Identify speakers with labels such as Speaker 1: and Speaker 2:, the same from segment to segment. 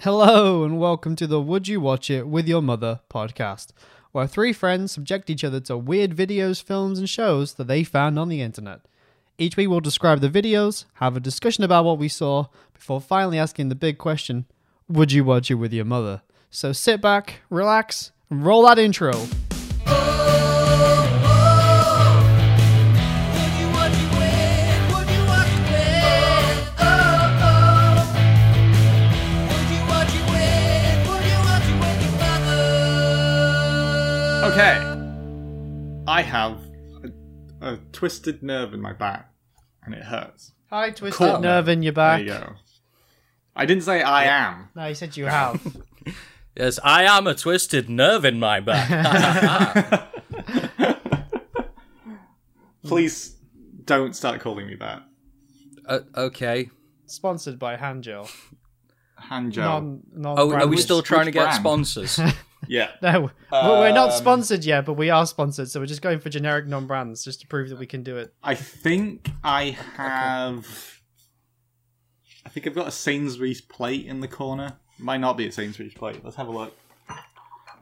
Speaker 1: Hello, and welcome to the Would You Watch It With Your Mother podcast, where three friends subject each other to weird videos, films, and shows that they found on the internet. Each week, we'll describe the videos, have a discussion about what we saw, before finally asking the big question Would you watch it with your mother? So sit back, relax, and roll that intro.
Speaker 2: Okay. I have a, a twisted nerve in my back, and it hurts.
Speaker 1: Hi, twisted
Speaker 2: Cool.
Speaker 1: nerve in your
Speaker 2: There
Speaker 1: back.
Speaker 2: you go. I didn't say I am.
Speaker 1: No, you said you have.
Speaker 3: Yes, I am a twisted nerve in my back.
Speaker 2: Please don't start calling me that.
Speaker 3: uh, okay.
Speaker 1: Sponsored by Handgel.
Speaker 2: Hand job.
Speaker 1: Non, non
Speaker 3: Oh, are we
Speaker 1: branded.
Speaker 3: still
Speaker 2: which-
Speaker 3: trying to
Speaker 2: which
Speaker 3: get
Speaker 2: brand?
Speaker 3: sponsors?
Speaker 2: Yeah.
Speaker 1: No, we're we're not
Speaker 2: Um,
Speaker 1: sponsored yet, but we are sponsored, so we're just going for generic non-brands just to prove that we can do it.
Speaker 2: I think I have. I think I've got a Sainsbury's plate in the corner. Might not be a Sainsbury's plate. Let's have a look.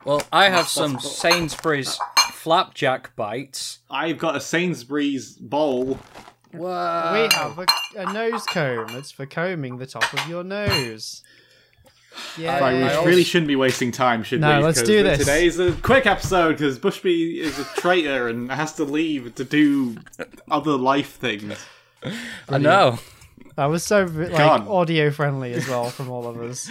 Speaker 3: well, I have some Sainsbury's flapjack bites.
Speaker 2: I've got a Sainsbury's bowl.
Speaker 3: Whoa.
Speaker 2: Um,
Speaker 1: we have a, a nose comb. It's for combing the top of your nose. Yeah.
Speaker 2: I, we
Speaker 3: also-
Speaker 2: really shouldn't be wasting time, should
Speaker 1: No,
Speaker 2: we?
Speaker 1: let's
Speaker 2: 'Cause
Speaker 1: do this.
Speaker 2: Today's a quick episode because Bushby is a traitor and has to leave to do other life things.
Speaker 3: I know.
Speaker 1: That was so like
Speaker 2: God.
Speaker 1: audio friendly as well from all of us.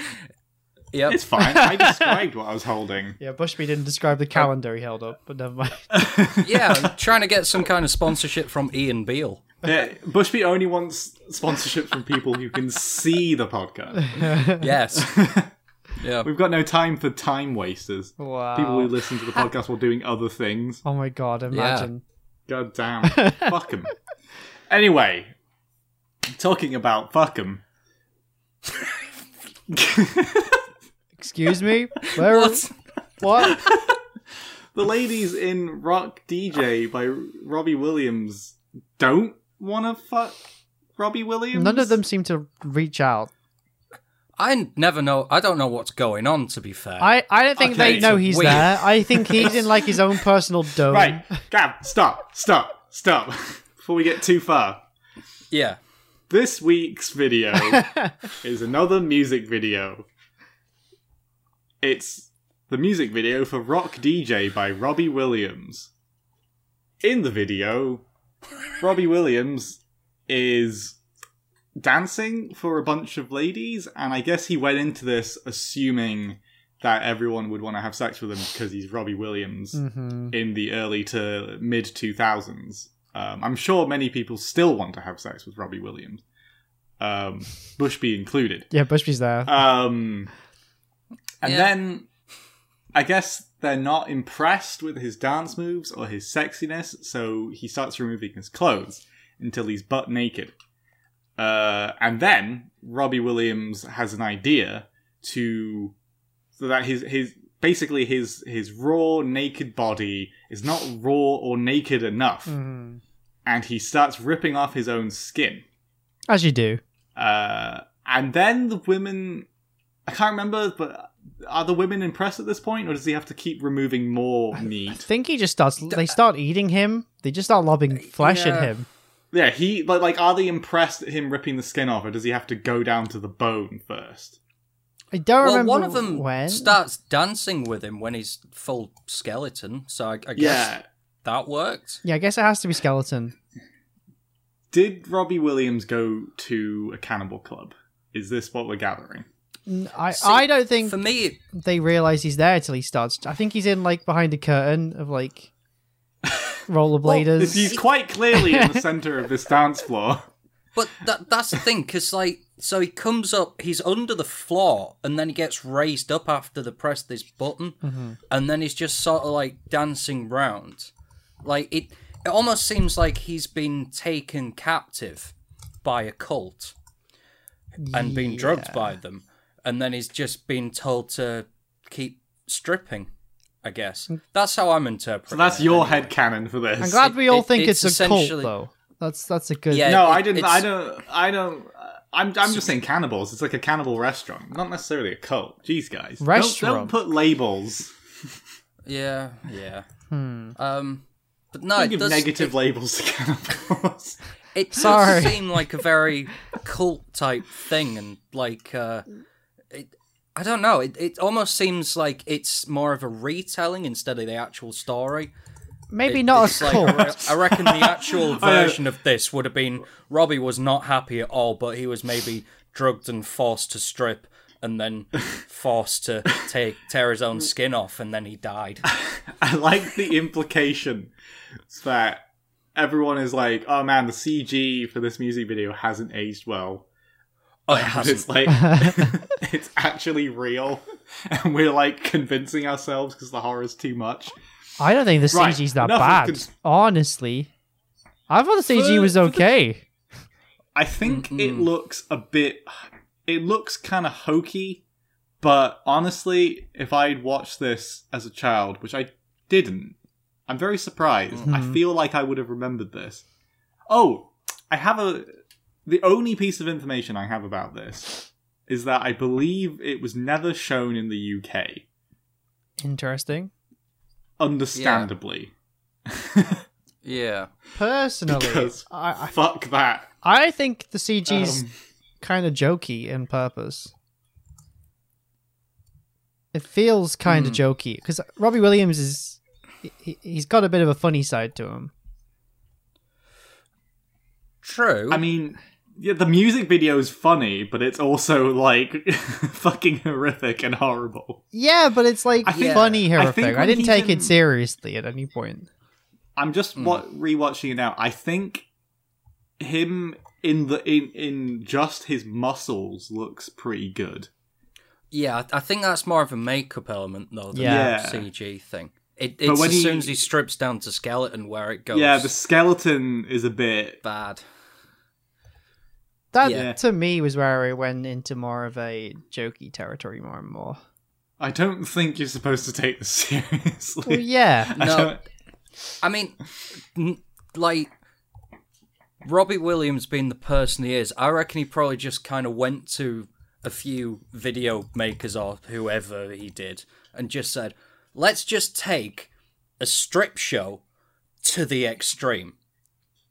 Speaker 3: Yep.
Speaker 2: It's fine. I described what I was holding.
Speaker 1: Yeah, Bushby didn't describe the calendar he held up, but never mind.
Speaker 3: yeah, I'm trying to get some kind of sponsorship from Ian Beale.
Speaker 2: Yeah, Bushby only wants sponsorships from people who can see the podcast.
Speaker 3: Yes. yeah.
Speaker 2: We've got no time for time wasters.
Speaker 1: Wow.
Speaker 2: People who listen to the podcast while doing other things.
Speaker 1: Oh my god! Imagine.
Speaker 2: God damn. fuck 'em. Anyway, talking about fuck 'em.
Speaker 1: Excuse me. Where?
Speaker 3: What?
Speaker 1: What?
Speaker 2: The ladies in Rock DJ by Robbie Williams don't want to fuck Robbie Williams.
Speaker 1: None of them seem to reach out.
Speaker 3: I never know. I don't know what's going on, to be fair.
Speaker 1: I, I don't think
Speaker 2: Okay,
Speaker 1: they know he's
Speaker 3: wait.
Speaker 1: there. I think he's in like his own personal dome.
Speaker 2: Right, Gab, stop, stop, stop. Before we get too far,
Speaker 3: yeah.
Speaker 2: this week's video is another music video. It's the music video for Rock DJ by Robbie Williams. In the video, Robbie Williams is dancing for a bunch of ladies, and I guess he went into this assuming that everyone would want to have sex with him because he's Robbie Williams
Speaker 1: hmm
Speaker 2: in the early to mid 2000s. Um, I'm sure many people still want to have sex with Robbie Williams, um, Bushby included.
Speaker 1: Yeah, Bushby's there.
Speaker 2: Um, and
Speaker 3: Yeah.
Speaker 2: then I guess they're not impressed with his dance moves or his sexiness, so he starts removing his clothes until he's butt naked. Uh, and then Robbie Williams has an idea to so that his his basically his his raw naked body is not raw or naked enough,
Speaker 1: Mhm.
Speaker 2: and he starts ripping off his own skin.
Speaker 1: As you do.
Speaker 2: Uh, and then the women, I can't remember, but are the women impressed at this point, or does he have to keep removing more
Speaker 1: I
Speaker 2: meat?
Speaker 1: think he just starts. They start eating him. They just start lobbing flesh
Speaker 3: yeah.
Speaker 1: at him.
Speaker 2: Yeah, he like like are they impressed at him ripping the skin off, or does he have to go down to the bone first?
Speaker 1: I don't
Speaker 3: Well,
Speaker 1: remember
Speaker 3: one of them
Speaker 1: when.
Speaker 3: starts dancing with him when he's full skeleton, so I, I guess
Speaker 2: Yeah.
Speaker 3: that worked.
Speaker 1: yeah, I guess it has to be skeleton.
Speaker 2: Did Robbie Williams go to a cannibal club? Is this what we're gathering?
Speaker 1: N- I
Speaker 3: See,
Speaker 1: I don't think
Speaker 3: For me, it
Speaker 1: they realize he's there till he starts. I think he's in like behind a curtain of like rollerbladers.
Speaker 2: He's quite clearly in the center of this dance floor.
Speaker 3: But that that's the thing, because like, so he comes up, he's under the floor, and then he gets raised up after they press this button, and then he's just sort of like dancing round. Like it, it almost seems like he's been taken captive by a cult and been drugged by them, and then he's just been told to keep stripping. I guess that's how I'm interpreting.
Speaker 2: So that's
Speaker 3: it,
Speaker 2: your
Speaker 3: anyway.
Speaker 2: head cannon for this.
Speaker 1: I'm glad we all
Speaker 3: It-
Speaker 1: think
Speaker 3: it's
Speaker 1: it's, a cult
Speaker 3: essentially-
Speaker 1: though. That's that's a good.
Speaker 3: Yeah.
Speaker 2: no,
Speaker 3: it-
Speaker 2: I didn't. I
Speaker 3: it's-
Speaker 2: don't. I don't. I'm, I'm just saying cannibals. It's like a cannibal restaurant, not necessarily a cult. Jeez, guys, Don't-
Speaker 1: Restaurant.
Speaker 2: Don't, put labels.
Speaker 3: Yeah, yeah. Um, but no,
Speaker 2: Don't
Speaker 3: it
Speaker 2: give
Speaker 3: does,
Speaker 2: negative labels to cannibals.
Speaker 3: it does
Speaker 1: Sorry.
Speaker 3: seem like a very cult type thing, and like, uh, it, I don't know. It, it almost seems like it's more of a retelling instead of the actual story.
Speaker 1: Maybe not
Speaker 3: It's
Speaker 1: a
Speaker 3: like, I
Speaker 1: cult.
Speaker 3: re- I reckon the actual version of this would have been Robbie was not happy at all, but he was maybe drugged and forced to strip. And then forced to take tear his own skin off, and then he died.
Speaker 2: I like the implication that everyone is like, "Oh man, the CG for this music video hasn't aged well."
Speaker 3: Oh, it
Speaker 2: And
Speaker 3: hasn't.
Speaker 2: it's like it's actually real, and we're like convincing ourselves because the horror's too much.
Speaker 1: I don't think the
Speaker 2: Right,
Speaker 1: CG's that
Speaker 2: enough of
Speaker 1: bad.
Speaker 2: cons-
Speaker 1: honestly, I thought the CG
Speaker 2: For-
Speaker 1: was
Speaker 2: for the-
Speaker 1: okay.
Speaker 2: I think it
Speaker 3: Mm-mm.
Speaker 2: looks a bit. It looks kind of hokey, but honestly, if I'd watched this as a child, which I didn't, I'm very surprised. I feel like I would have remembered this. Oh, I have a. The only piece of information I have about this is that I believe it was never shown in the UK.
Speaker 1: Interesting.
Speaker 2: Understandably.
Speaker 3: Yeah.
Speaker 1: Personally,
Speaker 2: Because
Speaker 1: I, I
Speaker 2: fuck that.
Speaker 1: I think the CG's
Speaker 2: Um,
Speaker 1: kind of jokey in purpose. It feels kind
Speaker 2: Hmm.
Speaker 1: of jokey because Robbie Williams is he, he's got a bit of a funny side to him.
Speaker 3: True.
Speaker 2: I mean, yeah, the music video is funny, but it's also like fucking horrific and horrible.
Speaker 1: Yeah, but it's like
Speaker 2: I think-
Speaker 1: funny
Speaker 2: I
Speaker 1: horrific.
Speaker 2: think
Speaker 1: I
Speaker 2: when
Speaker 1: didn't
Speaker 2: he's
Speaker 1: take
Speaker 2: in-
Speaker 1: it seriously at any point.
Speaker 2: I'm just
Speaker 3: Hmm.
Speaker 2: wa- rewatching it now. I think him in the in in just his muscles looks pretty good.
Speaker 3: yeah, I- I think that's more of a makeup element though than
Speaker 1: Yeah.
Speaker 3: a CG thing. It, it's
Speaker 2: when
Speaker 3: as soon
Speaker 2: he-
Speaker 3: as he strips down to skeleton where it goes
Speaker 2: Yeah, the skeleton is a bit.
Speaker 3: bad.
Speaker 1: That
Speaker 2: Yeah.
Speaker 1: to me was where I went into more of a jokey territory more and more.
Speaker 2: I don't think you're supposed to take this
Speaker 1: Well,
Speaker 2: seriously.
Speaker 1: yeah,
Speaker 2: I
Speaker 3: No.
Speaker 2: don't-
Speaker 3: I mean, n- like Robbie Williams being the person he is, I reckon he probably just kind of went to a few video makers or whoever he did and just said, "Let's just take a strip show to the extreme."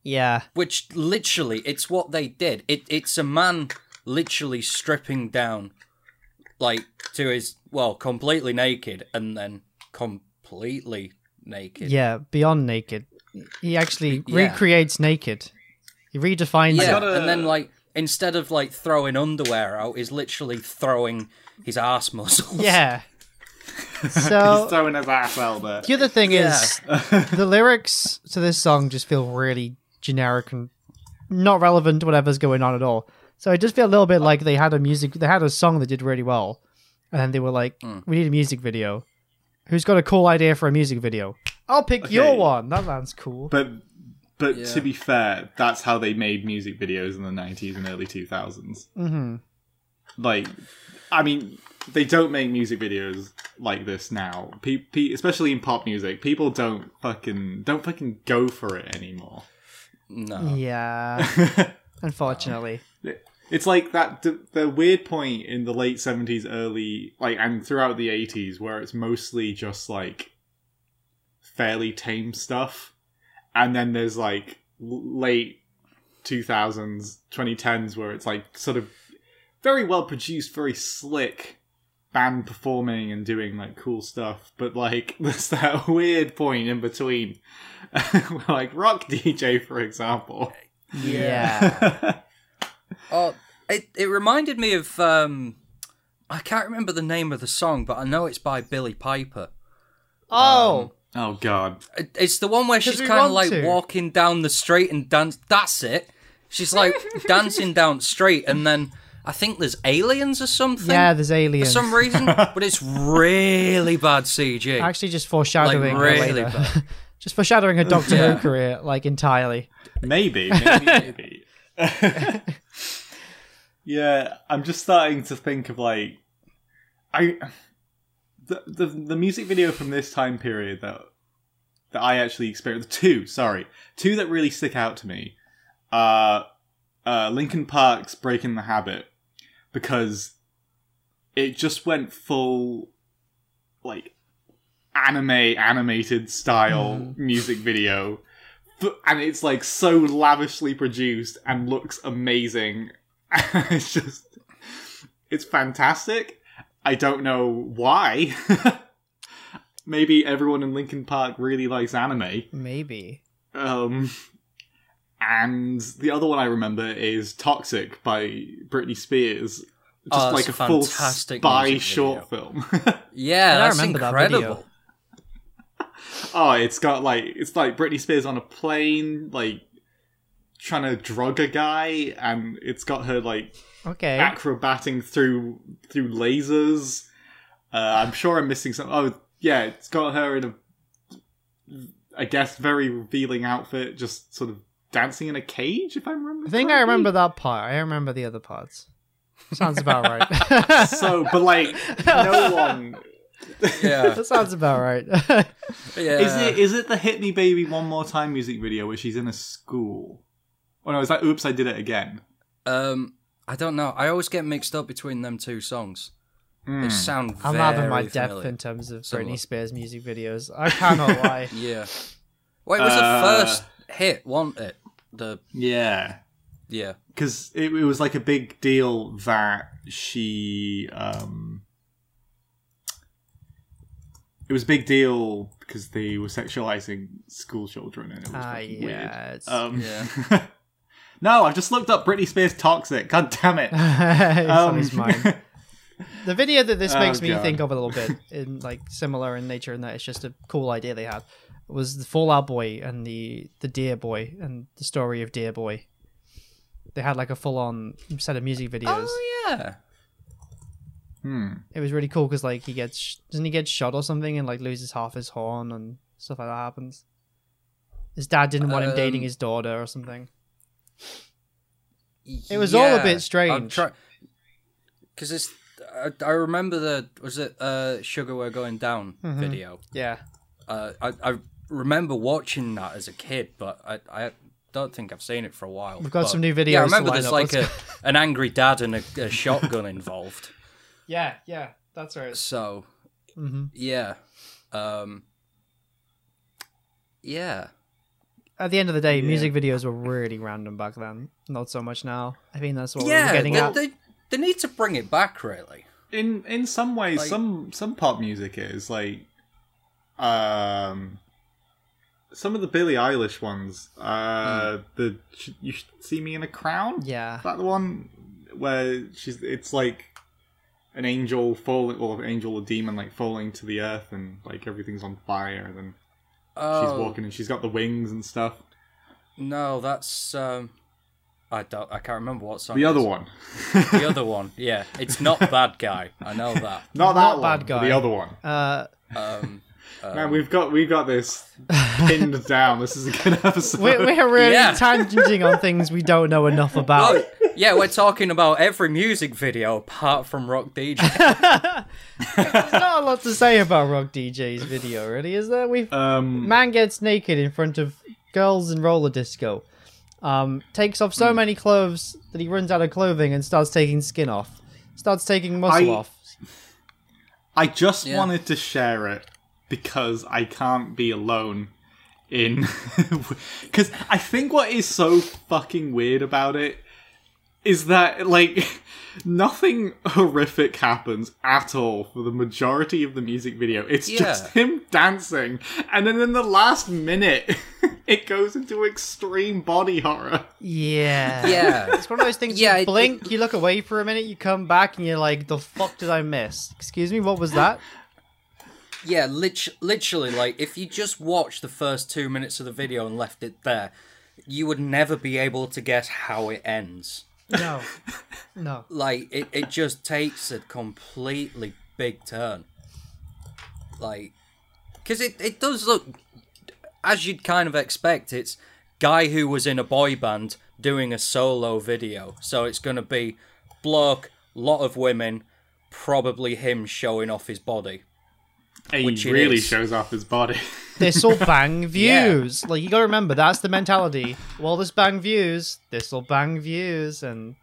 Speaker 1: yeah.
Speaker 3: which literally it's what they did it it's a man literally stripping down like to his well completely naked and then completely naked
Speaker 1: Yeah, beyond naked. He actually
Speaker 3: Yeah.
Speaker 1: recreates naked. He redefines
Speaker 3: Yeah,
Speaker 1: it.
Speaker 2: gotta-
Speaker 3: and then like instead of like throwing underwear out is literally throwing his ass muscles
Speaker 1: Yeah.
Speaker 2: He's
Speaker 1: So
Speaker 2: throwing his ass out there.
Speaker 1: the other thing
Speaker 3: Yeah.
Speaker 1: is the lyrics to this song just feel really generic and not relevant to whatever's going on at all. So I just feel a little bit like they had a music they had a song that did really well and then they were like we need a music video. Who's got a cool idea for a music video? I'll pick your
Speaker 2: Okay.
Speaker 1: one. That sounds cool.
Speaker 2: But but
Speaker 3: Yeah.
Speaker 2: to be fair, that's how they made music videos in the nineties and early two thousands.
Speaker 1: Mhm.
Speaker 2: Like, I mean, they don't make music videos like this now. Pe- pe- especially in pop music, people don't fucking don't fucking go for it anymore.
Speaker 3: no
Speaker 1: Yeah. Unfortunately.
Speaker 2: It's like that d- the weird point in the late seventies, early like, and throughout the eighties, where it's mostly just like fairly tame stuff, and then there's like l- late two thousands, 2010s, where it's like sort of very well produced, very slick band performing and doing like cool stuff, but like there's that weird point in between, where, like rock DJ, for example.
Speaker 1: Yeah.
Speaker 3: Oh, it it reminded me of um, I can't remember the name of the song, but I know it's by Billy Piper.
Speaker 1: Oh,
Speaker 2: oh God.
Speaker 3: It- It's the one where she's
Speaker 1: we
Speaker 3: kind of
Speaker 1: want
Speaker 3: like
Speaker 1: to.
Speaker 3: walking down the street and dance. That's it. She's like dancing down the street, and then I think there's aliens or something.
Speaker 1: yeah, there's
Speaker 3: for
Speaker 1: aliens.
Speaker 3: some reason, but it's really bad CG.
Speaker 1: Actually, just foreshadowing
Speaker 3: Like,
Speaker 1: her
Speaker 3: really
Speaker 1: later.
Speaker 3: bad.
Speaker 1: just foreshadowing her Doctor
Speaker 3: Yeah.
Speaker 1: Who career, like entirely.
Speaker 2: Maybe, maybe, maybe. yeah, I'm just starting to think of like, I the, the the music video from this time period that that I actually experienced. Two, sorry, two that really stick out to me. Uh, uh, Linkin Park's "Breaking the Habit" because it just went full like anime animated style music video, But- and it's like so lavishly produced and looks amazing. it's just it's fantastic. I don't know why. Maybe everyone in Linkin Park really likes anime.
Speaker 1: Maybe.
Speaker 2: Um, and the other one I remember is "Toxic" by Britney Spears. Just
Speaker 3: Oh, that's
Speaker 2: like
Speaker 3: a
Speaker 2: a full
Speaker 3: fantastic
Speaker 2: spy
Speaker 3: music
Speaker 2: short film.
Speaker 3: Yeah,
Speaker 1: And I
Speaker 3: that's
Speaker 1: remember that
Speaker 3: incredible.
Speaker 1: video.
Speaker 2: oh, it's got like it's like Britney Spears on a plane, like trying to drug a guy, and it's got her like
Speaker 3: Eh?
Speaker 1: Okay.
Speaker 2: acrobating through through lasers. Uh, I'm sure I'm missing some. Oh yeah, it's got her in a, I guess, very revealing outfit, just sort of dancing in a cage. If I remember,
Speaker 1: I think I
Speaker 2: correctly.
Speaker 1: remember that part. I remember the other parts. Sounds about right.
Speaker 2: So, but like, no one
Speaker 3: Yeah,
Speaker 1: that sounds about right.
Speaker 3: yeah.
Speaker 2: is it. Is it the "Hit Me, Baby, One More Time" music video where she's in a school? Oh no, is that "Oops, I Did It Again"?
Speaker 3: Um, I don't know. I always get mixed up between them two songs. They sound
Speaker 1: Hmm. I'm
Speaker 3: very
Speaker 1: having my depth
Speaker 3: familiar.
Speaker 1: in terms of
Speaker 3: Similar.
Speaker 1: Britney Spears music videos. I cannot lie.
Speaker 3: Yeah. Well, it was
Speaker 2: Uh,
Speaker 3: a first hit, wasn't it? The
Speaker 2: Yeah.
Speaker 3: yeah.
Speaker 2: because it, it was like a big deal that she um it was a big deal because they were sexualizing school children and it was
Speaker 1: Ah,
Speaker 2: fucking weird.
Speaker 1: yeah. It's...
Speaker 2: Um,
Speaker 3: Yeah.
Speaker 2: no, I've just looked up Britney Spears toxic. God damn it.
Speaker 1: It's on
Speaker 2: Um,
Speaker 1: his mind. The video that this
Speaker 2: Oh,
Speaker 1: makes me
Speaker 2: God.
Speaker 1: think of a little bit, in like similar in nature, and that it's just a cool idea they had, was the Fallout Boy and the the Dear Boy and the story of Dear Boy. They had like a full on set of music videos.
Speaker 3: Oh yeah.
Speaker 2: hmm.
Speaker 1: It was really cool because like he gets sh- doesn't he get shot or something and like loses half his horn and stuff like that happens. His dad didn't want him dating
Speaker 3: Um,
Speaker 1: his daughter or something. It was all a bit strange.
Speaker 3: Because it's. I, I remember the was it uh sugar we're going down
Speaker 1: Mm-hmm.
Speaker 3: video.
Speaker 1: Yeah,
Speaker 3: Uh, I I remember watching that as a kid, but I I don't think I've seen it for a while.
Speaker 1: We've got
Speaker 3: But-
Speaker 1: some new videos
Speaker 3: Yeah,
Speaker 1: to
Speaker 3: I remember
Speaker 1: line
Speaker 3: there's
Speaker 1: up.
Speaker 3: like a,
Speaker 1: Let's
Speaker 3: an angry dad and a, a shotgun involved.
Speaker 1: yeah, yeah. That's right.
Speaker 3: So
Speaker 1: hmm
Speaker 3: yeah, um, yeah.
Speaker 1: At the end of the day,
Speaker 2: Yeah.
Speaker 1: music videos were really random back then. Not so much now. I think that's what
Speaker 3: yeah,
Speaker 1: we're getting
Speaker 3: they,
Speaker 1: at.
Speaker 3: They, they need to bring it back, really.
Speaker 2: In in some ways,
Speaker 3: Like-
Speaker 2: some some pop music is like, um, some of the Billie Eilish ones. Uh, the sh- you Sh- see me in a crown.
Speaker 1: Hmm. Yeah.
Speaker 2: Is that the one where she's it's like an angel falling or an angel or demon like falling to the earth and like everything's on fire and then
Speaker 3: Oh,
Speaker 2: she's walking and she's got the wings and stuff.
Speaker 3: No, that's um, I don't. I can't remember what song.
Speaker 2: The
Speaker 3: it
Speaker 2: other
Speaker 3: is.
Speaker 2: one.
Speaker 3: The other one. Yeah, it's not bad guy. I know that.
Speaker 2: Not that
Speaker 1: Not
Speaker 2: one.
Speaker 1: Bad
Speaker 2: but
Speaker 1: Guy.
Speaker 2: The other one.
Speaker 1: Uh,
Speaker 3: Um, um,
Speaker 2: Man, we've got we got this pinned down. This is a good episode.
Speaker 1: we're, we're really
Speaker 3: Yeah.
Speaker 1: tangenting on things we don't know enough about.
Speaker 3: oh, yeah, we're talking about every music video apart from Rock DJ.
Speaker 1: There's not a lot to say about Rock DJ's video, really, is there? We've
Speaker 2: um,
Speaker 1: man gets naked in front of girls in roller disco um, takes off
Speaker 3: Hmm.
Speaker 1: so many clothes that he runs out of clothing and starts taking skin off starts taking muscle
Speaker 2: I-
Speaker 1: off
Speaker 2: I just
Speaker 3: Yeah.
Speaker 2: wanted to share it because I can't be alone in cuz I think what is so fucking weird about it is that like nothing horrific happens at all for the majority of the music video. It's just him dancing and then in the last minute it goes into extreme body horror.
Speaker 1: yeah
Speaker 3: yeah,
Speaker 1: it's one of those things
Speaker 3: Yeah,
Speaker 1: you
Speaker 3: it-
Speaker 1: blink you look away for a minute you come back and you're like the fuck did i miss excuse me what was that
Speaker 3: yeah. Lit- literally, like if you just watched the first two minutes of the video and left it there, you would never be able to guess how it ends.
Speaker 1: no no
Speaker 3: like it, it just takes a completely big turn like because it, it does look as you'd kind of expect it's guy who was in a boy band doing a solo video so it's going to be bloke lot of women probably him showing off his body
Speaker 2: And
Speaker 3: Which
Speaker 2: he
Speaker 3: it
Speaker 2: really
Speaker 3: is.
Speaker 2: shows off his body.
Speaker 1: this'll bang views. Like you gotta remember that's the mentality. Well this bang views, this'll bang views and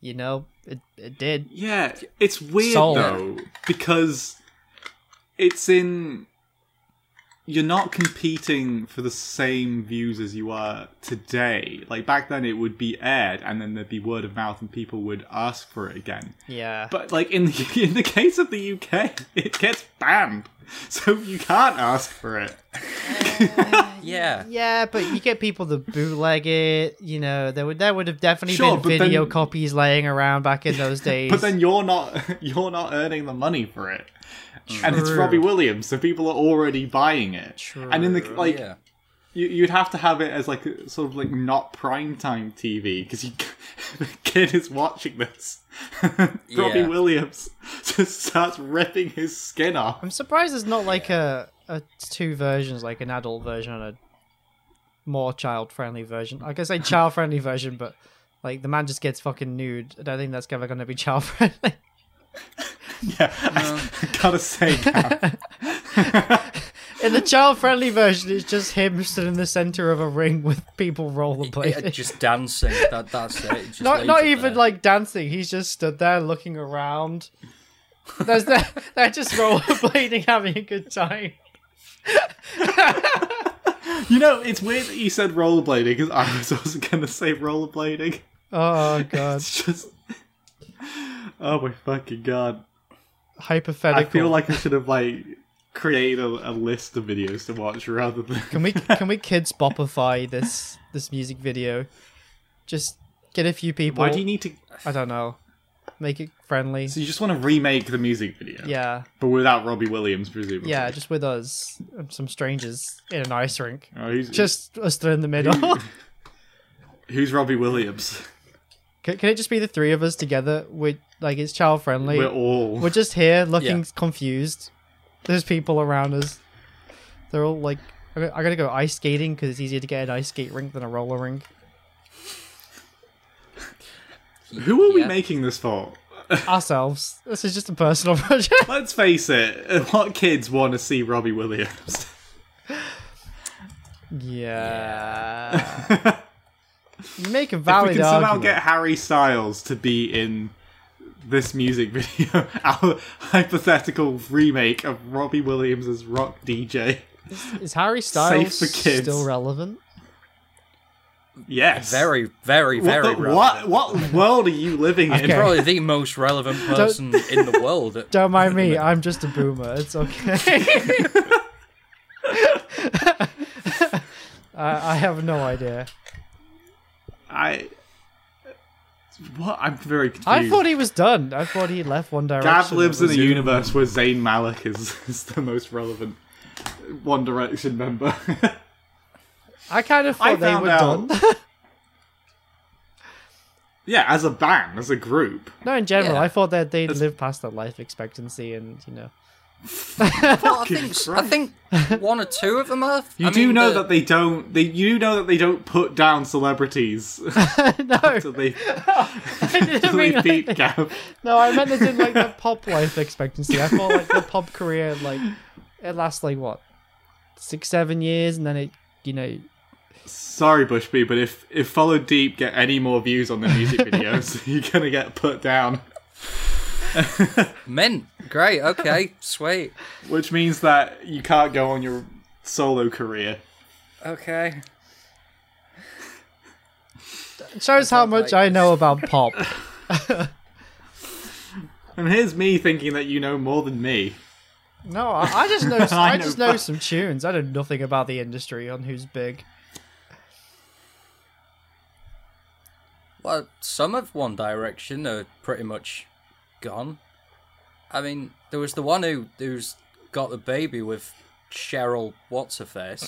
Speaker 1: you know, it it did.
Speaker 2: Yeah, it's weird
Speaker 1: Sold.
Speaker 2: though because it's in. You're not competing for the same views as you are today. Like back then, it would be aired, and then there'd be word of mouth, and people would ask for it again.
Speaker 1: Yeah.
Speaker 2: But like in the, in the case of the UK, it gets banned, so you can't ask for it.
Speaker 3: Yeah.
Speaker 1: yeah, but you get people that bootleg it, you know, there would there would have definitely
Speaker 2: Sure, but
Speaker 1: been video
Speaker 2: then-
Speaker 1: copies laying around back in those days.
Speaker 2: But then you're not you're not earning the money for it, and it's
Speaker 1: True.
Speaker 2: Robbie Williams, so people are already buying it. And in the
Speaker 1: True.
Speaker 2: like,
Speaker 3: yeah.
Speaker 2: You, you'd have to have it as like a, sort of like not prime time TV because the kid is watching this. Robbie
Speaker 3: Yeah.
Speaker 2: Williams just starts ripping his skin off.
Speaker 1: I'm surprised there's not like a, a two versions, like an adult version and a more child friendly version. Like I guess say child friendly version, but like the man just gets fucking nude. I don't think that's ever gonna be child friendly.
Speaker 2: Yeah, I, gotta say, Gav,
Speaker 1: In the child friendly version, it's just him stood in the center of a ring with people
Speaker 3: Yeah,
Speaker 1: rollerblading.
Speaker 3: just dancing. That, that's it. It just
Speaker 1: not
Speaker 3: leaves
Speaker 1: not
Speaker 3: it
Speaker 1: even
Speaker 3: there.
Speaker 1: like dancing. He's just stood there looking around. There's they're, they're just rollerblading, having a good time.
Speaker 2: you know, it's weird that you said rollerblading because I was also gonna say rollerblading.
Speaker 1: Oh god,
Speaker 2: It's just, oh my fucking god! I
Speaker 1: hypothetical.
Speaker 2: feel like I should have like created a, a list of videos to watch rather than
Speaker 1: Can we can we kids bopify this this music video? Just get a few people.
Speaker 2: Why do you need to?
Speaker 1: I don't know. Make it friendly.
Speaker 2: So you just want to remake the music video?
Speaker 1: Yeah,
Speaker 2: But without Robbie Williams, presumably.
Speaker 1: yeah, just with us, um, some strangers in an ice rink.
Speaker 2: Oh, who's,
Speaker 1: Just us three in the middle.
Speaker 2: who's Robbie Williams?
Speaker 1: can, can it just be the three of us together? With like it's child friendly.
Speaker 2: We're
Speaker 1: We're,
Speaker 2: all.
Speaker 1: just here looking
Speaker 3: Yeah.
Speaker 1: confused. There's people around us. They're all like, I gotta- I gotta go ice skating because it's easier to get an ice skate rink than a roller rink.
Speaker 2: Who are we
Speaker 3: Yeah.
Speaker 2: making this for?
Speaker 1: Ourselves. This is just a personal project.
Speaker 2: Let's face it, what kids want to see Robbie Williams?
Speaker 1: Yeah.
Speaker 2: if
Speaker 1: You make a
Speaker 2: we
Speaker 1: valid
Speaker 2: can somehow
Speaker 1: argument.
Speaker 2: get Harry Styles to be in this music video, our hypothetical remake of Robbie Williams' rock DJ.
Speaker 1: Is Harry Styles
Speaker 2: for kids.
Speaker 1: still relevant?
Speaker 2: Yes.
Speaker 3: Very, very,
Speaker 2: What,
Speaker 3: very
Speaker 2: the,
Speaker 3: relevant.
Speaker 2: what what world are you living in?
Speaker 1: Okay.
Speaker 3: Probably the most relevant person in the world. at-
Speaker 1: Don't mind me, I'm just a boomer. It's okay. I, I have no idea.
Speaker 2: I. What? I'm very confused.
Speaker 1: I thought he was done. I thought he left One Direction.
Speaker 2: Gav lives in a
Speaker 1: and was-
Speaker 2: universe where Zayn Malik is, is the most relevant One Direction member.
Speaker 1: I kind of
Speaker 2: I
Speaker 1: thought they
Speaker 2: found
Speaker 1: were
Speaker 2: out.
Speaker 1: done.
Speaker 2: yeah, as a band, as a group.
Speaker 1: no, in general,
Speaker 3: Yeah.
Speaker 1: I thought that they'd live past their life expectancy, and you know,
Speaker 3: Well, I think I think one or two of them have.
Speaker 2: You
Speaker 3: I
Speaker 2: do
Speaker 3: mean,
Speaker 2: know
Speaker 3: the-
Speaker 2: that they don't. They you do know that they don't put down celebrities
Speaker 1: no,
Speaker 2: until they,
Speaker 1: I didn't
Speaker 2: until
Speaker 1: mean
Speaker 2: they
Speaker 1: like-
Speaker 2: beat Gav.
Speaker 1: No, I meant as in like the pop life expectancy. I thought like the pop career like it lasts like what six, seven years, and then it you know
Speaker 2: Sorry, Bushby, but if if Follow Deep get any more views on their music videos, you're gonna get put down.
Speaker 3: Mint. Great. Okay. Sweet.
Speaker 2: Which means that you can't go on your solo career.
Speaker 3: Okay.
Speaker 1: it shows how much I know about pop.
Speaker 2: And here's me thinking that you know more than me.
Speaker 1: No, I, I just know I,
Speaker 2: I know
Speaker 1: just know
Speaker 2: pop.
Speaker 1: some tunes. I know nothing about the industry on who's big.
Speaker 3: Well, some of One Direction are pretty much gone. I mean, there was the one who who's got the baby with Cheryl what's her face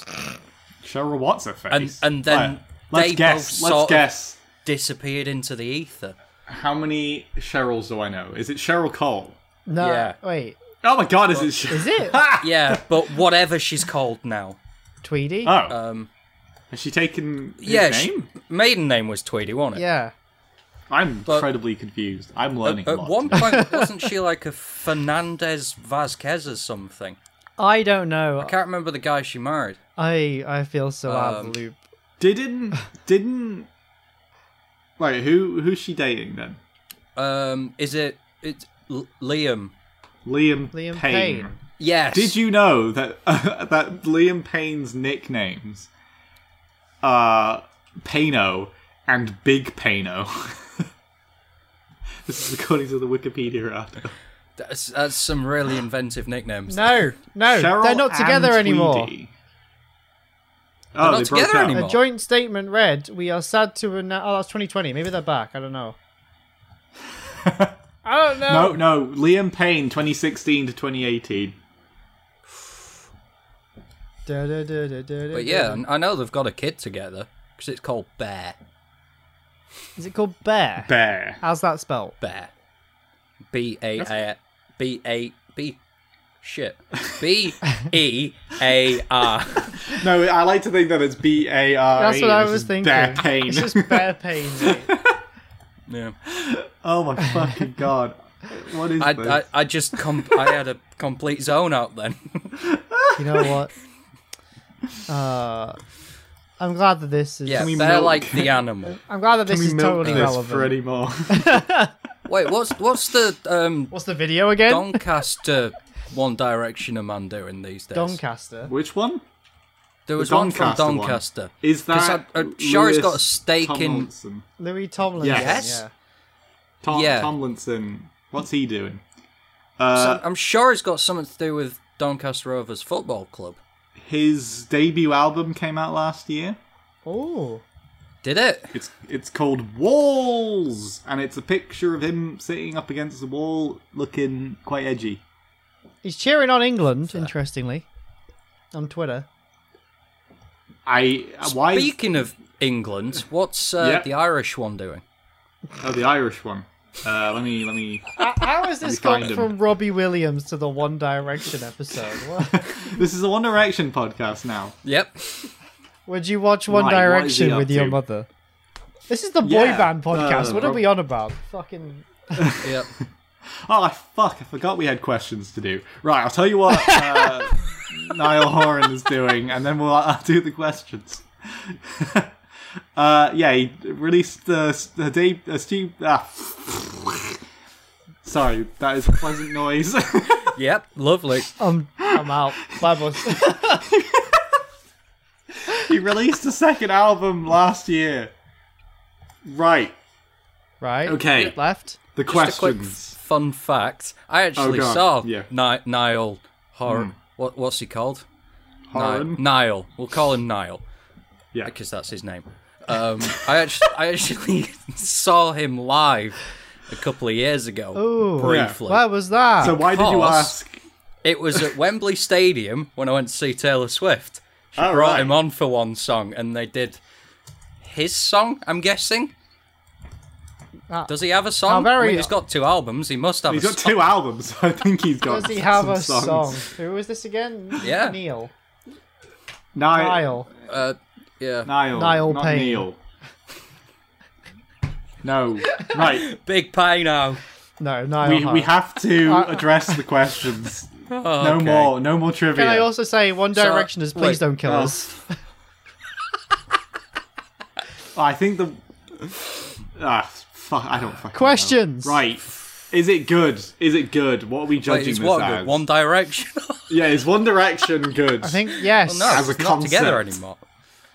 Speaker 2: Cheryl Watts her face.
Speaker 3: And- and then
Speaker 2: let's
Speaker 3: they
Speaker 2: guess.
Speaker 3: both
Speaker 2: let's
Speaker 3: sort of-
Speaker 2: guess.
Speaker 3: disappeared into the ether.
Speaker 2: How many Cheryls do I know? Is it Cheryl Cole?
Speaker 1: No,
Speaker 3: Yeah.
Speaker 1: wait,
Speaker 2: Oh my god, is it? Cher-
Speaker 1: is it
Speaker 3: Yeah, but whatever she's called now.
Speaker 1: Tweety?
Speaker 2: Oh,
Speaker 3: Um,
Speaker 2: has she taken his
Speaker 3: yeah, she-
Speaker 2: name?
Speaker 3: maiden name was Tweedy, wasn't it?
Speaker 1: yeah,
Speaker 2: I'm
Speaker 3: But-
Speaker 2: incredibly confused. I'm learning
Speaker 3: At
Speaker 2: a lot.
Speaker 3: one point, wasn't she like a Fernandez Vasquez or something?
Speaker 1: I don't know.
Speaker 3: I can't remember the guy she married.
Speaker 1: I I feel so out of
Speaker 3: Um,
Speaker 1: the loop.
Speaker 2: Didn't didn't like who who's she dating then?
Speaker 3: Um, is it it's L- Liam?
Speaker 2: Liam,
Speaker 1: Liam
Speaker 2: Payne.
Speaker 1: Payne.
Speaker 3: Yes.
Speaker 2: Did you know that that Liam Payne's nicknames are Payno and Big Payno? this is according to the Wikipedia article.
Speaker 3: That's, that's some really inventive nicknames.
Speaker 1: No, no,
Speaker 2: Cheryl
Speaker 1: Oh, they're not
Speaker 2: and
Speaker 1: together anymore.
Speaker 2: Tweety.
Speaker 3: not
Speaker 2: Oh, they broke
Speaker 3: together
Speaker 2: up.
Speaker 1: A
Speaker 3: anymore.
Speaker 1: joint statement read: "We are sad to announce." Oh, that's 2020. Maybe they're back. I don't know. I don't know.
Speaker 2: No, no, Liam Payne, 2016 to 2018.
Speaker 1: Da, da, da, da, da, da,
Speaker 3: But yeah,
Speaker 1: da.
Speaker 3: and I know they've got a kid together because it's called Bear.
Speaker 1: is it called Bear?
Speaker 2: Bear.
Speaker 1: How's that spelled?
Speaker 3: Bear. B A A B A B. Shit. B E A R.
Speaker 2: No, I like to think that it's B A R. E,
Speaker 1: That's what I was thinking.
Speaker 2: Bear Payne.
Speaker 1: It's just Bear Pain. mate.
Speaker 3: Yeah.
Speaker 2: oh my fucking god! What is
Speaker 3: I,
Speaker 2: this?
Speaker 3: I, I just com- I had a complete zone out then.
Speaker 1: you know what? Uh, I'm glad that this is.
Speaker 3: yeah,
Speaker 2: we
Speaker 3: they're
Speaker 2: milk?
Speaker 3: like the animal.
Speaker 1: I'm glad that
Speaker 2: Can
Speaker 1: this
Speaker 2: we
Speaker 1: is
Speaker 2: milk
Speaker 1: totally
Speaker 2: this
Speaker 1: relevant.
Speaker 2: for any more?
Speaker 3: Wait, what's what's the um
Speaker 1: What's the video again?
Speaker 3: Doncaster One Direction a man doing these days?
Speaker 1: Doncaster.
Speaker 2: Which one?
Speaker 3: there was
Speaker 2: the
Speaker 3: one from
Speaker 2: Doncaster one.
Speaker 3: Doncaster.
Speaker 2: Is
Speaker 3: 'Cause
Speaker 2: that?
Speaker 3: I- I'm sure
Speaker 2: Lewis
Speaker 3: it's got a stake in.
Speaker 2: Tomlinson?
Speaker 1: Louis Tomlinson.
Speaker 2: Yes.
Speaker 1: Yeah.
Speaker 2: Tom,
Speaker 3: Yeah.
Speaker 2: Tomlinson. What's he doing? Uh,
Speaker 3: some- I'm sure it's got something to do with Doncaster Rovers Football Club.
Speaker 2: his debut album came out last year.
Speaker 1: Oh.
Speaker 3: Did it?
Speaker 2: It's it's called Walls, and it's a picture of him sitting up against the wall, looking quite edgy.
Speaker 1: He's cheering on England, interestingly, on Twitter.
Speaker 2: I why is-
Speaker 3: Speaking of England, what's uh,
Speaker 2: Yeah.
Speaker 3: the Irish one doing?
Speaker 2: oh the Irish one? Uh, let me let me.
Speaker 1: How has this
Speaker 2: me find
Speaker 1: gone
Speaker 2: him.
Speaker 1: from Robbie Williams to the One Direction episode? What-
Speaker 2: This is a One Direction podcast now.
Speaker 3: Yep.
Speaker 1: Would you watch One
Speaker 2: Right, what is he
Speaker 1: Direction
Speaker 2: up
Speaker 1: with your
Speaker 2: to?
Speaker 1: mother? This is the boy
Speaker 2: Yeah,
Speaker 1: band podcast.
Speaker 2: uh,
Speaker 1: what are
Speaker 2: Rob-
Speaker 1: we on about? Fucking.
Speaker 3: Yep.
Speaker 2: Oh I- fuck! I forgot we had questions to do. Right, I'll tell you what uh, Niall Horan is doing, and then we'll I'll do the questions. uh, yeah, he released the the day a stu- ah. Sorry, that is a pleasant noise.
Speaker 3: Yep. Lovely.
Speaker 1: I'm, I'm out. Bye, boys.
Speaker 2: he released a second album last year. Right.
Speaker 1: right?
Speaker 2: Okay.
Speaker 1: Left?
Speaker 2: The
Speaker 3: Just a quick
Speaker 2: questions.
Speaker 3: fun fact. I actually
Speaker 2: Oh, God.
Speaker 3: saw
Speaker 2: Yeah. Hmm.
Speaker 3: Ni- Niall Horan. What, what's he called? Ni-
Speaker 2: Horan?
Speaker 3: Niall. We'll call him Niall.
Speaker 2: Yeah.
Speaker 3: Because that's his name. Um, I actually, I actually saw him live a couple of years ago.
Speaker 2: Oh,
Speaker 1: Ooh.
Speaker 3: briefly.
Speaker 1: Where was that?
Speaker 2: So why did you
Speaker 3: Because-
Speaker 2: ask?
Speaker 3: It was at Wembley Stadium when I went to see Taylor Swift. She
Speaker 2: Oh,
Speaker 3: brought
Speaker 2: right.
Speaker 3: him on for one song, and they did his song. I'm guessing.
Speaker 1: Ah.
Speaker 3: Does he have a song?
Speaker 1: How very-
Speaker 3: I mean, he's got two albums. He must have.
Speaker 2: He's
Speaker 3: a
Speaker 2: got
Speaker 3: song.
Speaker 2: two albums. so I think he's got.
Speaker 1: Does he have
Speaker 2: some
Speaker 1: a
Speaker 2: songs.
Speaker 1: song? Who is this again?
Speaker 3: Yeah.
Speaker 1: Neil.
Speaker 2: Ni-
Speaker 1: Niall.
Speaker 3: Uh, yeah.
Speaker 2: Niall.
Speaker 1: Niall
Speaker 2: not
Speaker 1: Payne.
Speaker 2: Neil. No. Right.
Speaker 3: Big pie now.
Speaker 1: No, Niall.
Speaker 2: We, we
Speaker 1: Horan.
Speaker 2: have to address the questions. No
Speaker 3: Oh, Okay.
Speaker 2: more. No more trivia.
Speaker 1: Can I also say One
Speaker 3: So-
Speaker 1: Direction is please
Speaker 3: wait.
Speaker 1: don't kill
Speaker 2: Oh.
Speaker 1: us?
Speaker 2: I think the. Ah, fuck. I don't fucking. know.
Speaker 1: Questions.
Speaker 2: Right. Is it good? Is it good? What are we judging
Speaker 3: Wait, is
Speaker 2: this
Speaker 3: what
Speaker 2: as?
Speaker 3: good? One Direction?
Speaker 2: Yeah, is One Direction good?
Speaker 1: I think yes.
Speaker 3: no,
Speaker 2: As a
Speaker 3: it's not together
Speaker 2: concept.
Speaker 3: anymore.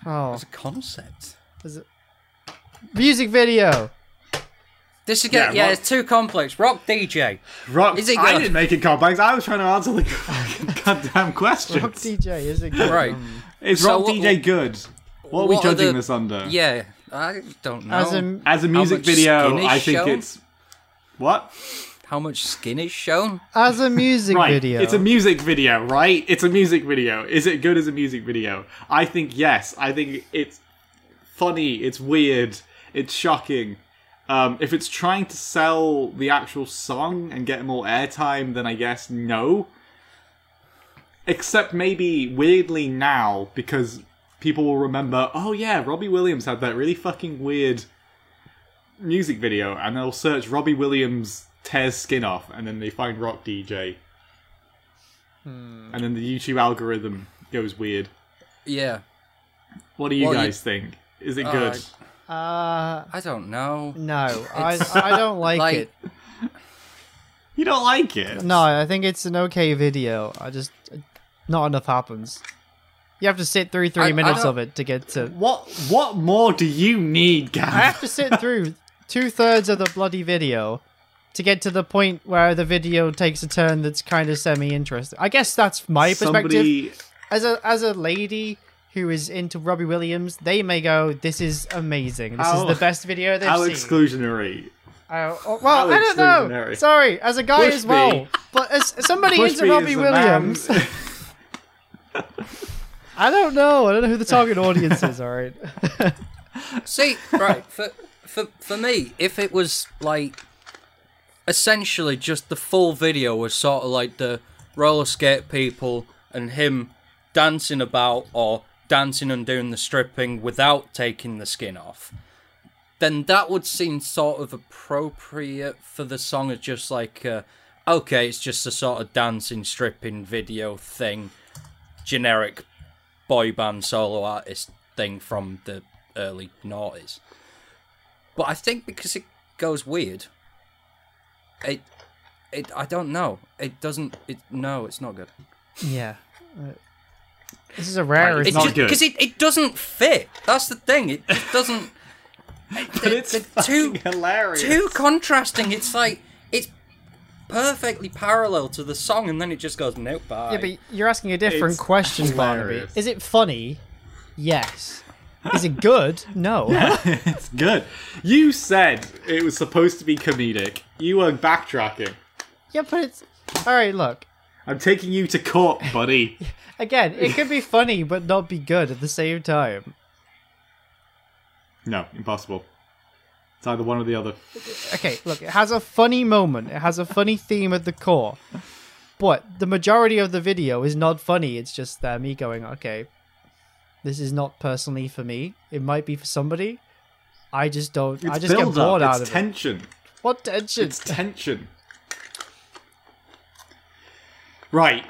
Speaker 1: Oh,
Speaker 3: It's a concept.
Speaker 1: is it- music video.
Speaker 3: This is
Speaker 2: Yeah,
Speaker 3: yeah,
Speaker 2: what-
Speaker 3: it's too complex. Rock DJ.
Speaker 2: Rock.
Speaker 3: Is it
Speaker 2: I
Speaker 3: good?
Speaker 2: didn't make it complex. I was trying to answer the fucking goddamn questions.
Speaker 1: Rock DJ is it good?
Speaker 3: Right.
Speaker 2: is
Speaker 3: So
Speaker 2: Rock
Speaker 3: what-
Speaker 2: DJ good? What are we
Speaker 3: what are
Speaker 2: judging
Speaker 3: the-
Speaker 2: this under?
Speaker 3: Yeah, I don't know.
Speaker 1: As in,
Speaker 2: As a music
Speaker 3: much
Speaker 2: video,
Speaker 3: skin is
Speaker 2: I think
Speaker 3: shown?
Speaker 2: it's what?
Speaker 3: How much skin is shown?
Speaker 1: as a music
Speaker 2: Right.
Speaker 1: video.
Speaker 2: It's a music video, right? It's a music video. Is it good as a music video? I think yes. I think it's funny, it's weird, it's shocking. Um, if it's trying to sell the actual song and get more airtime, then I guess no. Except maybe weirdly now, because people will remember, oh yeah, Robbie Williams had that really fucking weird music video, and they'll search Robbie Williams tears skin off, and then they find Rock DJ. and then the YouTube algorithm goes weird.
Speaker 3: Yeah,
Speaker 2: What do you
Speaker 3: Well, you-
Speaker 2: guys think? Is it
Speaker 3: Uh,
Speaker 2: good?
Speaker 1: Uh,
Speaker 3: I don't know.
Speaker 1: no, I,
Speaker 3: It's-
Speaker 1: I don't like,
Speaker 3: like-
Speaker 1: it.
Speaker 2: You don't like it?
Speaker 1: No, I think it's an okay video. I just not enough happens. You have to sit through three
Speaker 3: I- I
Speaker 1: minutes
Speaker 3: don't-
Speaker 1: of it to get to.
Speaker 2: What What more do you need,
Speaker 1: I
Speaker 2: Gav?
Speaker 1: have to sit through two thirds of the bloody video to get to the point where the video takes a turn that's kind of semi-interesting. I guess that's my perspective.
Speaker 2: Somebody,
Speaker 1: as a as a lady who is into Robbie Williams, they may go, "This is amazing. This
Speaker 2: How-
Speaker 1: is the best video they've
Speaker 2: how
Speaker 1: seen."
Speaker 2: exclusionary.
Speaker 1: Uh, oh, well,
Speaker 2: how
Speaker 1: I don't know.
Speaker 2: exclusionary.
Speaker 1: Sorry, as a guy
Speaker 2: Bushby.
Speaker 1: as well, but as somebody into
Speaker 2: Bushby
Speaker 1: Robbie
Speaker 2: is a man.
Speaker 1: Williams, I don't know. I don't know who the target audience is. All right.
Speaker 3: See, right for for for me, if it was like essentially just the full video was sort of like the roller skate people and him dancing about or dancing and doing the stripping without taking the skin off, then that would seem sort of appropriate for the song as just like uh, okay, it's just a sort of dancing stripping video thing, generic boy band solo artist thing from the early noughties. But I think because it goes weird, it, it, I don't know. It doesn't. It no, it's not good.
Speaker 1: Yeah. Uh, This is a rare.
Speaker 2: Right,
Speaker 1: it's
Speaker 3: It's,
Speaker 2: not
Speaker 3: just
Speaker 2: good.
Speaker 3: because it, it doesn't fit. That's the thing. It just doesn't.
Speaker 2: But it's
Speaker 3: the two-
Speaker 2: fucking hilarious.
Speaker 3: Too contrasting. It's like it's perfectly parallel to the song, and then it just goes nope. Bye.
Speaker 1: yeah, but you're asking a different
Speaker 2: It's
Speaker 1: question, Barnaby.
Speaker 2: hilarious.
Speaker 1: Is it funny? Yes. Is it good? No.
Speaker 2: it's good. You said it was supposed to be comedic. You are backtracking.
Speaker 1: yeah, but it's all right. Look,
Speaker 2: I'm taking you to court, buddy.
Speaker 1: Again, it could be funny but not be good at the same time.
Speaker 2: no, impossible. It's either one or the other.
Speaker 1: Okay, look, it has a funny moment. It has a funny theme at the core. But the majority of the video is not funny. It's just uh, me going, okay, this is not personally for me. It might be for somebody. I just don't.
Speaker 2: It's
Speaker 1: I just get
Speaker 2: build up.
Speaker 1: bored
Speaker 2: It's
Speaker 1: out of it.
Speaker 2: tension.
Speaker 1: What tension?
Speaker 2: It's tension. Right.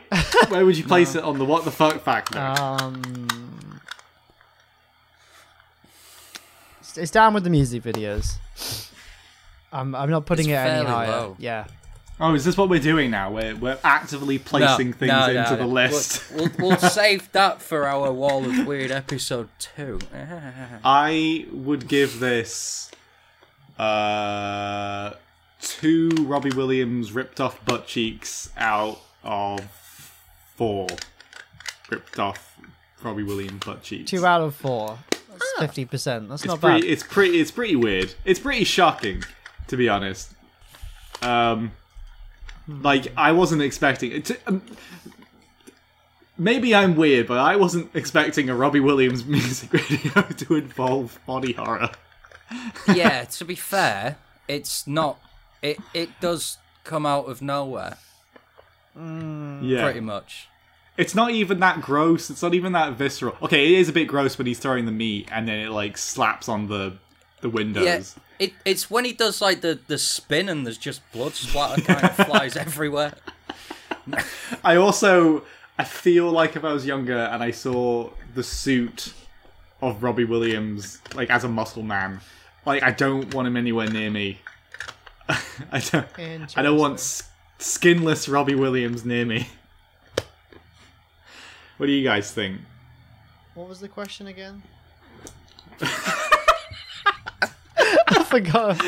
Speaker 2: Where would you place it on the what the fuck factor?
Speaker 3: Uh.
Speaker 1: um, it's- it's down with the music videos. I'm, I'm not putting
Speaker 3: It's
Speaker 1: it any
Speaker 3: fairly
Speaker 1: higher.
Speaker 3: low.
Speaker 1: Yeah.
Speaker 2: oh, is this what we're doing now? We're we're actively placing
Speaker 3: No,
Speaker 2: things
Speaker 3: no, no,
Speaker 2: into
Speaker 3: no.
Speaker 2: the list.
Speaker 3: We'll, we'll, we'll save that for our Wall of Weird episode two.
Speaker 2: I would give this uh two Robbie Williams ripped off butt cheeks out of four ripped off Robbie Williams butt cheeks.
Speaker 1: Two out of four. That's
Speaker 3: Ah.
Speaker 1: fifty percent. That's
Speaker 2: it's
Speaker 1: not
Speaker 2: pretty
Speaker 1: bad.
Speaker 2: it's pretty it's pretty weird. It's pretty shocking, to be honest. Um like I wasn't expecting it to, um, Maybe I'm weird, but I wasn't expecting a Robbie Williams music video to involve body horror.
Speaker 3: yeah, to be fair, it's not. It it does come out of nowhere,
Speaker 2: Yeah.
Speaker 3: pretty much.
Speaker 2: It's not even that gross. It's not even that visceral. Okay, it is a bit gross when he's throwing the meat and then it like slaps on the the
Speaker 3: Yeah,
Speaker 2: windows.
Speaker 3: it it's when he does like the the spin and there's just blood splatter kind of flies everywhere.
Speaker 2: I also I feel like if I was younger and I saw the suit of Robbie Williams like as a muscle man, like I don't want him anywhere near me. I don't. I don't want s- skinless Robbie Williams near me. What do you guys think?
Speaker 1: What was the question again? I forgot.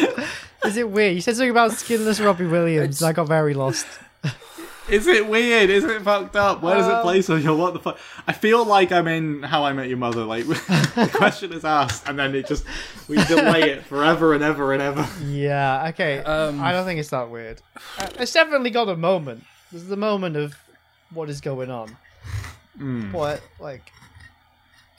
Speaker 1: Is it weird? You said something about skinless Robbie Williams. and I got very lost.
Speaker 2: Is it weird? Is it fucked up? Where does it
Speaker 1: Um,
Speaker 2: place on your what the fuck? I feel like I'm in How I Met Your Mother. Like the question is asked, and then it just we delay it forever and ever and ever.
Speaker 1: Yeah. Okay.
Speaker 3: Um,
Speaker 1: I don't think it's that weird. Uh, it's definitely got a moment. There's the moment of what is going on.
Speaker 2: Hmm.
Speaker 1: What like?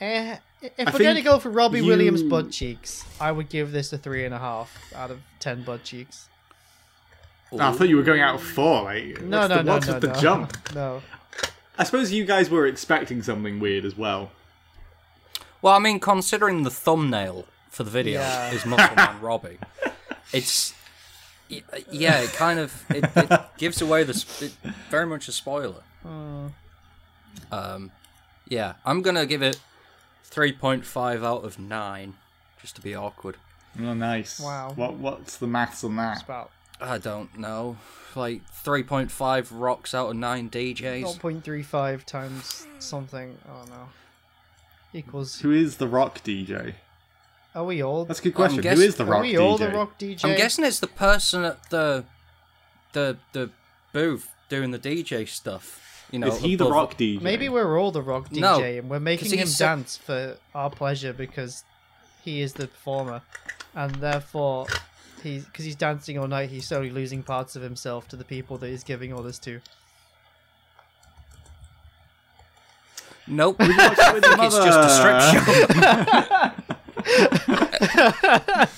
Speaker 1: Eh, if we're going to
Speaker 2: think
Speaker 1: go for Robbie Williams
Speaker 2: you-
Speaker 1: butt cheeks, I would give this a three and a half out of ten butt cheeks.
Speaker 2: I thought you were going out four. Like
Speaker 1: No, no,
Speaker 2: what's the,
Speaker 1: no,
Speaker 2: what's
Speaker 1: no,
Speaker 2: with
Speaker 1: no.
Speaker 2: the jump?
Speaker 1: No.
Speaker 2: I suppose you guys were expecting something weird as well.
Speaker 3: Well, I mean, considering the thumbnail for the video
Speaker 1: Yeah.
Speaker 3: is Muscle Man Robbie, it's y- yeah, it kind of it, it gives away the sp- it, very much a spoiler.
Speaker 1: Mm.
Speaker 3: Um, yeah, I'm gonna give it 3.5 out of nine, just to be awkward.
Speaker 2: Oh, nice.
Speaker 1: Wow.
Speaker 2: What What's the maths on
Speaker 1: It's
Speaker 2: that?
Speaker 1: about
Speaker 3: I don't know, like 3.5 rocks out of nine DJs.
Speaker 1: 0.35 times something. Oh no. Equals.
Speaker 2: Who is the rock DJ?
Speaker 1: Are we all?
Speaker 2: That's a good question. Who
Speaker 3: guessing-
Speaker 2: is the rock
Speaker 1: are we
Speaker 2: DJ?
Speaker 1: all the rock DJ?
Speaker 3: I'm guessing it's the person at the the the booth doing the DJ stuff. You know,
Speaker 2: is he the
Speaker 3: above-
Speaker 2: rock DJ?
Speaker 1: Maybe we're all the rock DJ,
Speaker 3: No,
Speaker 1: and we're making
Speaker 3: 'cause
Speaker 1: him
Speaker 3: he's so-
Speaker 1: dance for our pleasure because he is the performer, and therefore he's because he's dancing all night. He's slowly losing parts of himself to the people that he's giving all this to.
Speaker 3: Nope, it's just a strip show.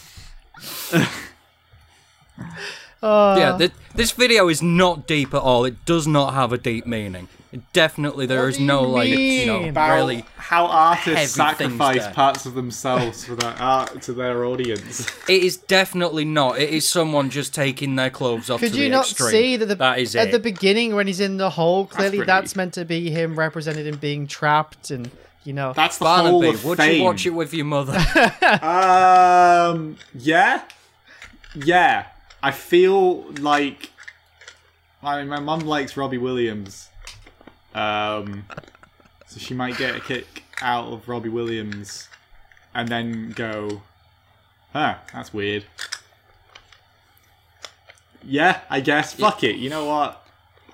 Speaker 1: Uh,
Speaker 3: yeah, th- this video is not deep at all. It does not have a deep meaning. It definitely, there
Speaker 1: What
Speaker 3: is
Speaker 1: do you
Speaker 3: no like you know
Speaker 1: mean?
Speaker 2: About
Speaker 3: really.
Speaker 2: how artists
Speaker 3: heavy things
Speaker 2: sacrifice
Speaker 3: there.
Speaker 2: parts of themselves for their art to their audience.
Speaker 3: It is definitely not. It is someone just taking their clothes off.
Speaker 1: Could
Speaker 3: to
Speaker 1: you
Speaker 3: the
Speaker 1: not
Speaker 3: extreme.
Speaker 1: see that the
Speaker 3: that is
Speaker 1: at
Speaker 3: it.
Speaker 1: the beginning when he's in the hole? Clearly,
Speaker 2: pretty-
Speaker 1: that's, meant to be him represented in being trapped, and you know,
Speaker 2: That's the whole
Speaker 3: Barnaby,
Speaker 2: of
Speaker 3: would
Speaker 2: fame.
Speaker 3: you watch it with your mother?
Speaker 2: Um, yeah, yeah. I feel like I mean, my mum likes Robbie Williams, um, so she might get a kick out of Robbie Williams, and then go, "Huh, that's weird." Yeah, I guess. Fuck it. You know what?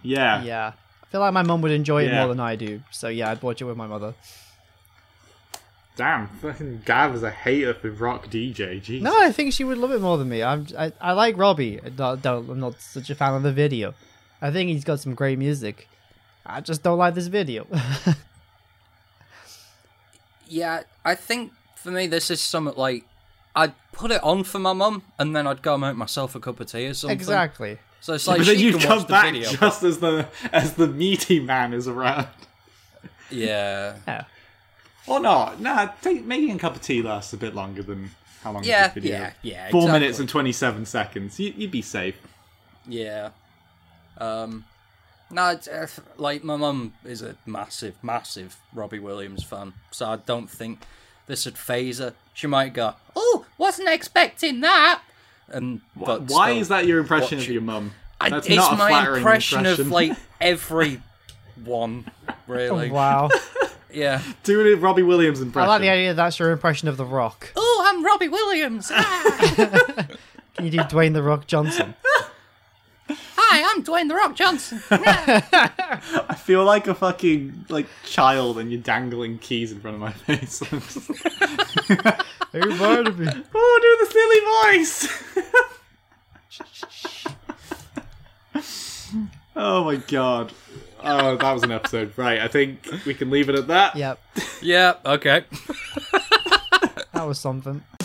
Speaker 2: Yeah.
Speaker 1: yeah. I feel like my mum would enjoy it
Speaker 2: Yeah.
Speaker 1: more than I do, so yeah, I'd watch it with my mother.
Speaker 2: Damn, fucking Gav is a hater for rock DJ. Jeez.
Speaker 1: No, I think she would love it more than me. I'm, I, I like Robbie. I don't, don't- I'm not such a fan of the video. I think he's got some great music. I just don't like this video.
Speaker 3: Yeah, I think for me this is somewhat like I'd put it on for my mum, and then I'd go and make myself a cup of tea or something.
Speaker 1: exactly.
Speaker 3: So it's like
Speaker 2: But then
Speaker 3: she
Speaker 2: you
Speaker 3: can
Speaker 2: come
Speaker 3: watch the
Speaker 2: back
Speaker 3: video.
Speaker 2: just as the as the meaty man is around.
Speaker 3: Yeah,
Speaker 1: Yeah.
Speaker 2: Or not. Nah, take, making a cup of tea lasts a bit longer than how long is
Speaker 3: Yeah,
Speaker 2: this video?
Speaker 3: yeah, yeah,
Speaker 2: Four
Speaker 3: exactly.
Speaker 2: minutes and 27 seconds. You, you'd be safe.
Speaker 3: yeah. Um, no, it's, uh, like my mum is a massive, massive Robbie Williams fan, so I don't think this would phase her. She might go, "Oh, wasn't expecting that." And but
Speaker 2: Why
Speaker 3: still-
Speaker 2: is that your impression
Speaker 3: watch
Speaker 2: of your mum?
Speaker 3: I,
Speaker 2: That's
Speaker 3: it's
Speaker 2: not a
Speaker 3: my
Speaker 2: flattering
Speaker 3: impression, of like
Speaker 2: impression.
Speaker 3: every one, really.
Speaker 1: Wow.
Speaker 3: Yeah.
Speaker 2: doing a Robbie Williams
Speaker 1: I
Speaker 2: impression.
Speaker 1: like the idea that that's your impression of The Rock.
Speaker 3: Oh, I'm Robbie Williams. Ah.
Speaker 1: Can you do Dwayne The Rock Johnson?
Speaker 3: Hi, I'm Dwayne the Rock Johnson.
Speaker 2: I feel like a fucking like child, and you're dangling keys in front of my face. I'm just like,
Speaker 1: Hey, Barnaby.
Speaker 2: oh, do the silly voice. oh my god. Oh, that was an episode. Right, I think we can leave it at that.
Speaker 1: Yep.
Speaker 3: yeah. Okay.
Speaker 1: That was something.